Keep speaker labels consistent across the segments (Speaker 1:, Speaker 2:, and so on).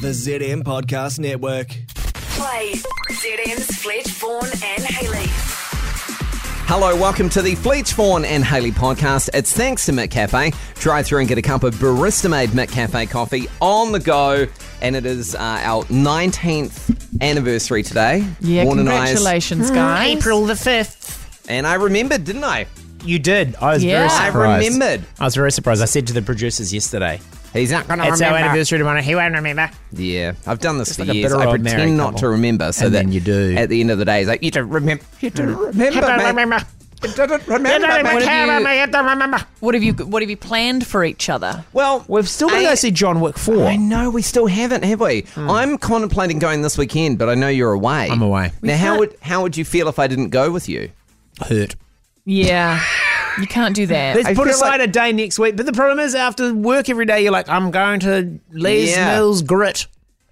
Speaker 1: The ZM Podcast Network.
Speaker 2: Play ZM's Fletch, Vaughan, and Haley.
Speaker 3: Hello, welcome to the Fleets Fawn and Haley podcast. It's thanks to McCafe. Drive through and get a cup of barista made McCafe coffee on the go. And it is uh, our 19th anniversary today.
Speaker 4: Yeah,
Speaker 3: Vaughan and I's.
Speaker 4: congratulations, guys.
Speaker 5: April the 5th.
Speaker 3: And I remembered, didn't I?
Speaker 5: You did. I was
Speaker 4: Yeah.
Speaker 5: very
Speaker 4: I
Speaker 3: I
Speaker 5: surprised.
Speaker 3: remembered.
Speaker 5: I was very surprised. I said to the producers yesterday,
Speaker 3: He's not going to
Speaker 5: it's
Speaker 3: remember.
Speaker 5: our anniversary tomorrow. He won't remember.
Speaker 3: Yeah, I've done this for
Speaker 5: like a
Speaker 3: years.
Speaker 5: bitter
Speaker 3: I
Speaker 5: old
Speaker 3: pretend
Speaker 5: married
Speaker 3: not
Speaker 5: couple.
Speaker 3: to remember, so
Speaker 5: And
Speaker 3: that
Speaker 5: then you do.
Speaker 3: At the end of the day, it's like you don't remember. You don't remember.
Speaker 5: He don't
Speaker 3: mate.
Speaker 5: remember.
Speaker 3: You didn't
Speaker 5: He
Speaker 3: remember.
Speaker 5: don't
Speaker 3: mate.
Speaker 5: remember.
Speaker 3: What
Speaker 5: He
Speaker 3: have you-
Speaker 5: don't remember.
Speaker 4: What have you What have you planned for each other?
Speaker 3: Well,
Speaker 5: We've still got to go
Speaker 3: I-
Speaker 5: see John Wick 4.
Speaker 3: I know we still haven't, have we? I'm contemplating going this weekend, but I know you're away.
Speaker 5: Hmm. I'm away.
Speaker 3: Now, how would how would you feel if I didn't go with you?
Speaker 5: Hurt.
Speaker 4: Yeah, you can't do that.
Speaker 5: Let's
Speaker 3: I
Speaker 5: put
Speaker 3: feel
Speaker 5: aside a day next week. But the problem is, after work every day, you're like, I'm going to Les
Speaker 3: Yeah.
Speaker 5: Mills Grit.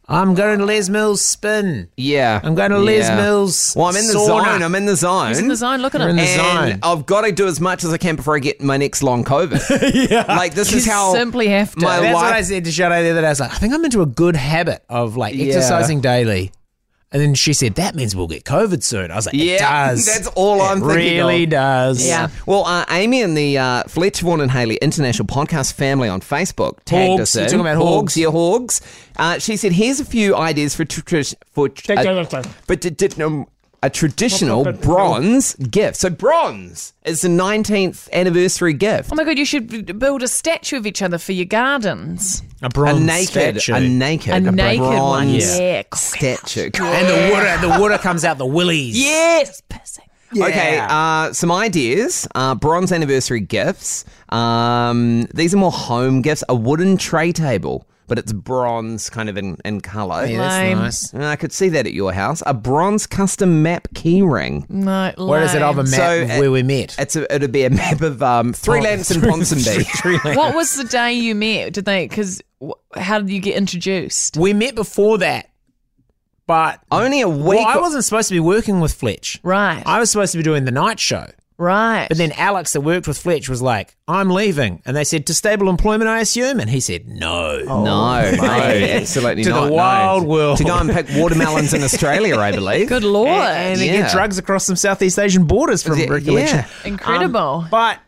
Speaker 5: I'm going to Les Mills Spin.
Speaker 3: Yeah,
Speaker 5: I'm going to Les Mills
Speaker 3: Well, I'm in the
Speaker 5: sauna.
Speaker 3: zone. I'm in the zone.
Speaker 4: He's in the zone. Look at
Speaker 5: We're in
Speaker 4: him.
Speaker 5: the zone.
Speaker 3: And I've got to do as much as I can before I get my next long COVID. yeah, like this is
Speaker 4: You
Speaker 3: how
Speaker 4: simply Oh have to.
Speaker 3: my
Speaker 5: That's
Speaker 3: life.
Speaker 5: what I said to Shadow the other day. I was like, I think I'm into a good habit of like
Speaker 3: Yeah.
Speaker 5: exercising daily. And then she said, that means we'll get COVID soon. I was like, it
Speaker 3: Yeah,
Speaker 5: does.
Speaker 3: that's all
Speaker 5: It
Speaker 3: I'm thinking
Speaker 5: really
Speaker 3: of.
Speaker 5: does.
Speaker 4: Yeah.
Speaker 3: Well, uh, Amy and the uh, Fletch Vaughan and Haley International Podcast family on Facebook tagged
Speaker 5: Hogs.
Speaker 3: us in.
Speaker 5: You're talking about hogs.
Speaker 3: yeah, hogs. Uh, she said, "Here's a few ideas for tr- tr- for tr- a, but t- t- um, a traditional bronze gift. So bronze is the 19th anniversary gift.
Speaker 4: Oh my god, you should build a statue of each other for your gardens.
Speaker 5: A
Speaker 3: A
Speaker 5: bronze
Speaker 3: naked,
Speaker 5: statue.
Speaker 3: a naked,
Speaker 4: A naked
Speaker 3: bronze
Speaker 4: one. Yeah.
Speaker 3: statue.
Speaker 5: and the water, the water comes out the willies.
Speaker 4: Yes, pissing.
Speaker 3: Okay, uh, some ideas. Uh, bronze anniversary gifts. Um, these are more home gifts. A wooden tray table, but it's bronze kind of in, in colour.
Speaker 5: Yeah, that's
Speaker 4: Lame.
Speaker 5: nice.
Speaker 3: And I could see that at your house. A bronze custom map keyring.
Speaker 4: No,
Speaker 5: Where is it of a map
Speaker 3: So,
Speaker 5: of
Speaker 3: uh,
Speaker 5: where we met? Oh,
Speaker 3: It's a, it'd be a map of um, Three Lamps and Ponsonby.
Speaker 4: What was the day you met? Did they? Because how did you get introduced?
Speaker 5: we met before that, but
Speaker 3: Only a week.
Speaker 5: well, I wasn't supposed to be working with Fletch.
Speaker 4: Right.
Speaker 5: I was supposed to be doing the night show.
Speaker 4: Right.
Speaker 5: But then Alex, that worked with Fletch, was like, I'm leaving. And they said, to stable employment, I assume? And he said, no.
Speaker 3: Oh. no, no, absolutely
Speaker 5: To the
Speaker 3: not. no.
Speaker 5: wild world.
Speaker 3: To go and pick watermelons in Australia, I believe.
Speaker 4: Good lord.
Speaker 5: And they
Speaker 3: Yeah.
Speaker 5: get drugs across some Southeast Asian borders from
Speaker 3: Yeah,
Speaker 5: recollection.
Speaker 3: yeah.
Speaker 4: Incredible.
Speaker 5: But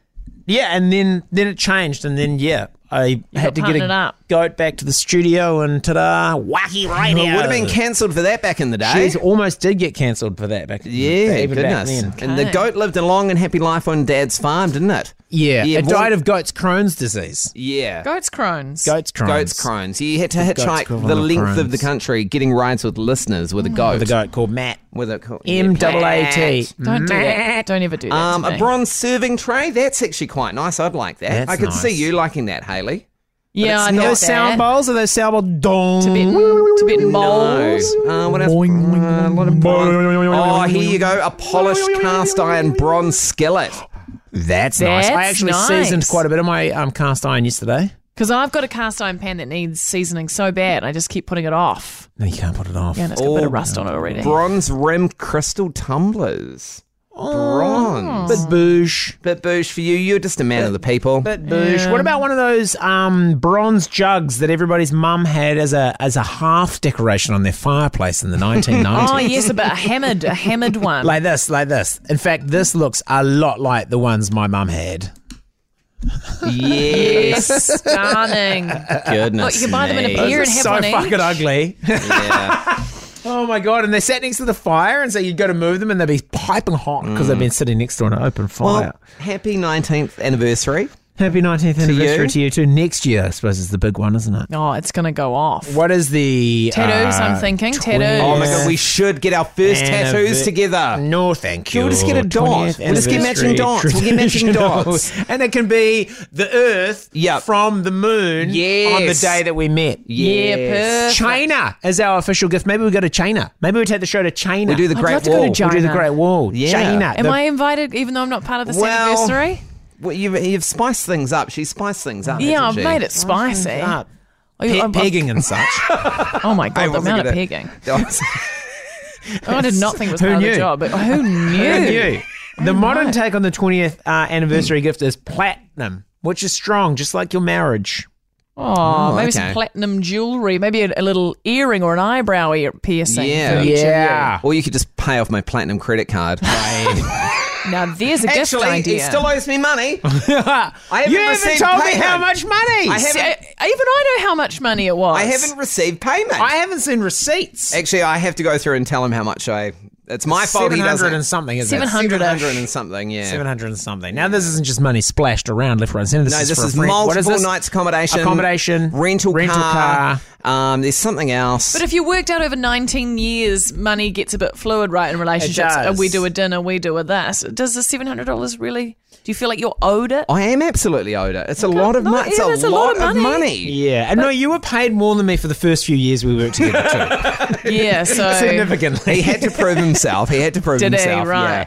Speaker 5: yeah, and then then it changed, and then yeah, I had to get
Speaker 4: partnered
Speaker 5: a
Speaker 4: up.
Speaker 5: goat back to the studio, and ta-da, wacky radio.
Speaker 3: It would have been cancelled for that back in the day.
Speaker 5: Jeez, almost did get cancelled for that back.
Speaker 3: Eh? Yeah,
Speaker 5: even back
Speaker 3: goodness.
Speaker 5: then.
Speaker 3: And the
Speaker 4: Okay.
Speaker 3: goat lived a long and happy life on Dad's farm, didn't it?
Speaker 5: Yeah,
Speaker 3: Yeah,
Speaker 5: it
Speaker 3: well-
Speaker 5: died of goat's Crohn's disease.
Speaker 3: Yeah.
Speaker 4: Goats Crohn's.
Speaker 5: Goat's Crohn's.
Speaker 3: Goat's Crohn's. You had to hitchhike
Speaker 5: Crohn's.
Speaker 3: the length of the
Speaker 5: Crohn's.
Speaker 3: country getting rides with listeners with a goat.
Speaker 5: The goat called Matt.
Speaker 3: With a co- yeah.
Speaker 5: M double A T.
Speaker 4: Don't do that. Don't ever do that.
Speaker 3: Um,
Speaker 4: to
Speaker 3: a
Speaker 4: me.
Speaker 3: bronze serving tray. That's actually quite nice. I'd like that.
Speaker 5: That's
Speaker 3: I could see
Speaker 5: nice.
Speaker 3: you liking that, Haley.
Speaker 4: Yeah, I
Speaker 5: Those
Speaker 4: know
Speaker 5: sound bowls are those sound bowls. Dong.
Speaker 4: Tibetan, Tibetan
Speaker 3: No.
Speaker 4: bowls.
Speaker 3: Uh, what else?
Speaker 5: Boing,
Speaker 3: Uh, a lot of
Speaker 5: boing,
Speaker 3: bronze. Oh,
Speaker 5: boing,
Speaker 3: here you go. A polished cast iron bronze skillet.
Speaker 5: That's, nice.
Speaker 4: That's
Speaker 5: I actually
Speaker 4: nice.
Speaker 5: seasoned quite a bit of my um, cast iron yesterday.
Speaker 4: Because I've got a cast iron pan that needs seasoning so bad, I just keep putting it off.
Speaker 5: No, you can't put it off.
Speaker 4: Yeah, and it's got a bit
Speaker 3: Oh,
Speaker 4: of rust on it already.
Speaker 3: Bronze rim crystal tumblers.
Speaker 5: Oh.
Speaker 3: Bronze.
Speaker 5: Bit bouge.
Speaker 3: Bit boosh for you. You're just a man of the people.
Speaker 5: Bit bouge. What about one of those um, bronze jugs that everybody's mum had as a as a half decoration on their fireplace in the 1990s?
Speaker 4: oh yes, a bit a hammered, a hammered one.
Speaker 5: Like this, like this. In fact, this looks a lot like the ones my mum had.
Speaker 3: yes.
Speaker 4: yes, darling.
Speaker 3: Goodness.
Speaker 4: Look, you can buy them in a
Speaker 3: me.
Speaker 4: pair. Here
Speaker 5: Those
Speaker 4: and
Speaker 5: are
Speaker 4: have
Speaker 5: so
Speaker 4: one each.
Speaker 5: fucking ugly. oh my god! And they sat next to the fire, and so you'd go to move them, and they'd be piping hot because they've been sitting next to an open fire.
Speaker 3: Mm. Well, happy 19th anniversary.
Speaker 5: Happy 19th
Speaker 3: you.
Speaker 5: anniversary to you too. Next year, I suppose, is the big one, isn't it?
Speaker 4: Oh, it's gonna go off.
Speaker 5: What is the uh,
Speaker 4: Tattoos, I'm thinking. Tattoos.
Speaker 3: Oh my
Speaker 4: Yeah.
Speaker 3: god, we should get our first tattoos
Speaker 5: Anniver-
Speaker 3: together.
Speaker 5: uh, No, thank you.
Speaker 3: We'll just get a dot.
Speaker 5: 20th
Speaker 3: We'll just get matching
Speaker 5: anniversary
Speaker 3: dots. We'll get matching
Speaker 5: traditional.
Speaker 3: dots.
Speaker 5: and it can be the Earth
Speaker 3: Yep.
Speaker 5: from the Moon on the
Speaker 3: Yes.
Speaker 5: day that we met.
Speaker 4: Yeah, perfect.
Speaker 5: China is our official gift. Maybe we go to China. Maybe we take the show to China.
Speaker 3: We do the
Speaker 4: I'd
Speaker 3: Great
Speaker 4: love to go to
Speaker 3: Wall.
Speaker 4: Japan.
Speaker 5: We do the
Speaker 4: China.
Speaker 5: Great Wall.
Speaker 3: Yeah.
Speaker 5: China.
Speaker 4: Am
Speaker 5: the-
Speaker 4: I invited, even though I'm not part of this
Speaker 3: Well,
Speaker 4: anniversary?
Speaker 3: Well, you've, you've spiced things up. She's spiced things up.
Speaker 4: Yeah, I've
Speaker 3: hasn't she?
Speaker 4: made it spicy. Oh,
Speaker 5: Ah,
Speaker 4: I-
Speaker 5: pe-
Speaker 4: I- I-
Speaker 5: pegging and such.
Speaker 4: Oh my god, the
Speaker 3: wasn't
Speaker 4: amount of
Speaker 3: gonna-
Speaker 4: pegging. Oh,
Speaker 3: That
Speaker 4: I did not think it was
Speaker 5: Who
Speaker 4: part of
Speaker 5: knew?
Speaker 4: the job, but who knew?
Speaker 5: you. The modern take on the 20th uh, anniversary gift is platinum, which is strong, just like your marriage.
Speaker 4: Oh, maybe
Speaker 3: okay.
Speaker 4: some platinum jewelry, maybe a, a little earring or an eyebrow ear piercing.
Speaker 3: Yeah.
Speaker 4: for each of
Speaker 5: Yeah.
Speaker 3: Or you could just pay off my platinum credit card.
Speaker 4: you. Now there's a gift
Speaker 3: Actually,
Speaker 4: idea.
Speaker 3: he still owes me money. I haven't
Speaker 5: you haven't
Speaker 3: received
Speaker 5: told me
Speaker 3: payment.
Speaker 5: how much money.
Speaker 3: I
Speaker 4: See,
Speaker 3: haven't,
Speaker 4: I- even I know how much money it was.
Speaker 3: I haven't received payment.
Speaker 5: I haven't seen receipts.
Speaker 3: Actually, I have to go through and tell him how much I. It's my fault. He
Speaker 5: Seven hundred and
Speaker 3: doesn't.
Speaker 5: something, isn't
Speaker 4: Seven
Speaker 5: it?
Speaker 4: hundred.
Speaker 3: 700 and something. Yeah.
Speaker 5: Seven hundred and something. Now this isn't just money splashed around left, right, and centre. This
Speaker 3: No,
Speaker 5: is
Speaker 3: this
Speaker 5: for a
Speaker 3: is
Speaker 5: friend.
Speaker 3: multiple
Speaker 5: what is this?
Speaker 3: nights accommodation,
Speaker 5: Accommodation,
Speaker 3: rental,
Speaker 5: rental
Speaker 3: car. Um, there's something else.
Speaker 4: But if you worked out over 19 years, money gets a bit fluid, right, in relationships.
Speaker 5: does.
Speaker 4: Uh, We do a dinner, we do a this. Does the $700 really, do you feel like you're owed it?
Speaker 5: Oh,
Speaker 3: I am absolutely owed it. It's a lot of
Speaker 4: no,
Speaker 3: money. It's,
Speaker 4: yeah,
Speaker 3: a,
Speaker 4: that's
Speaker 3: lot of money.
Speaker 5: Yeah, and no, you were paid more than me for the first few years we worked together too.
Speaker 4: Yeah, so.
Speaker 5: Significantly,
Speaker 3: He Oh. had to prove himself. He had to prove
Speaker 4: Did he?
Speaker 3: himself. yeah.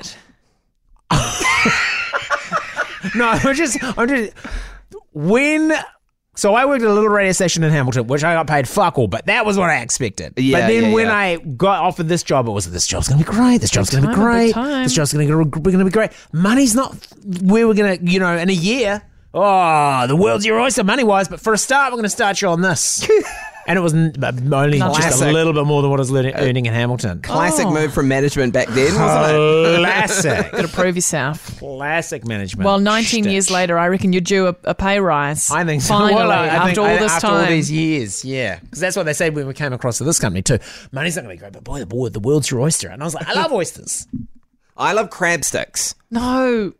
Speaker 4: Right.
Speaker 5: No, I'm just, I'm just. When. So I worked at a little radio station in Hamilton, which I got paid fuck all, but that was what I expected.
Speaker 3: Yeah,
Speaker 5: but then
Speaker 3: yeah,
Speaker 5: when
Speaker 3: yeah.
Speaker 5: I got offered this job, it was this job's gonna be great. This job's gonna be
Speaker 4: time, good
Speaker 5: great.
Speaker 4: time.
Speaker 5: This job's gonna be- we're gonna be great. Money's not where we're gonna, you know, in a year. Oh, the world's your oyster, money wise. But for a start, we're gonna start you on this. and it was n- but only just a
Speaker 3: Classic. Uh,
Speaker 5: little bit more than what I was learning, earning in Hamilton.
Speaker 3: Classic move from management back then, wasn't it?
Speaker 5: Classic,
Speaker 4: Got to prove yourself.
Speaker 5: classic management.
Speaker 4: Well, 19 years
Speaker 5: shtick.
Speaker 4: later, I reckon you're due a, a pay rise.
Speaker 5: I think so.
Speaker 4: Finally,
Speaker 5: Well, I- I
Speaker 4: after
Speaker 5: think-
Speaker 4: all
Speaker 5: I-
Speaker 4: this
Speaker 5: after
Speaker 4: time.
Speaker 5: all these years, yeah. Because that's what they said when we came across to this company too. Money's not going to be great, but boy, the, boy, the world's your oyster. And I was like, I love oysters.
Speaker 3: I love crab sticks.
Speaker 4: no.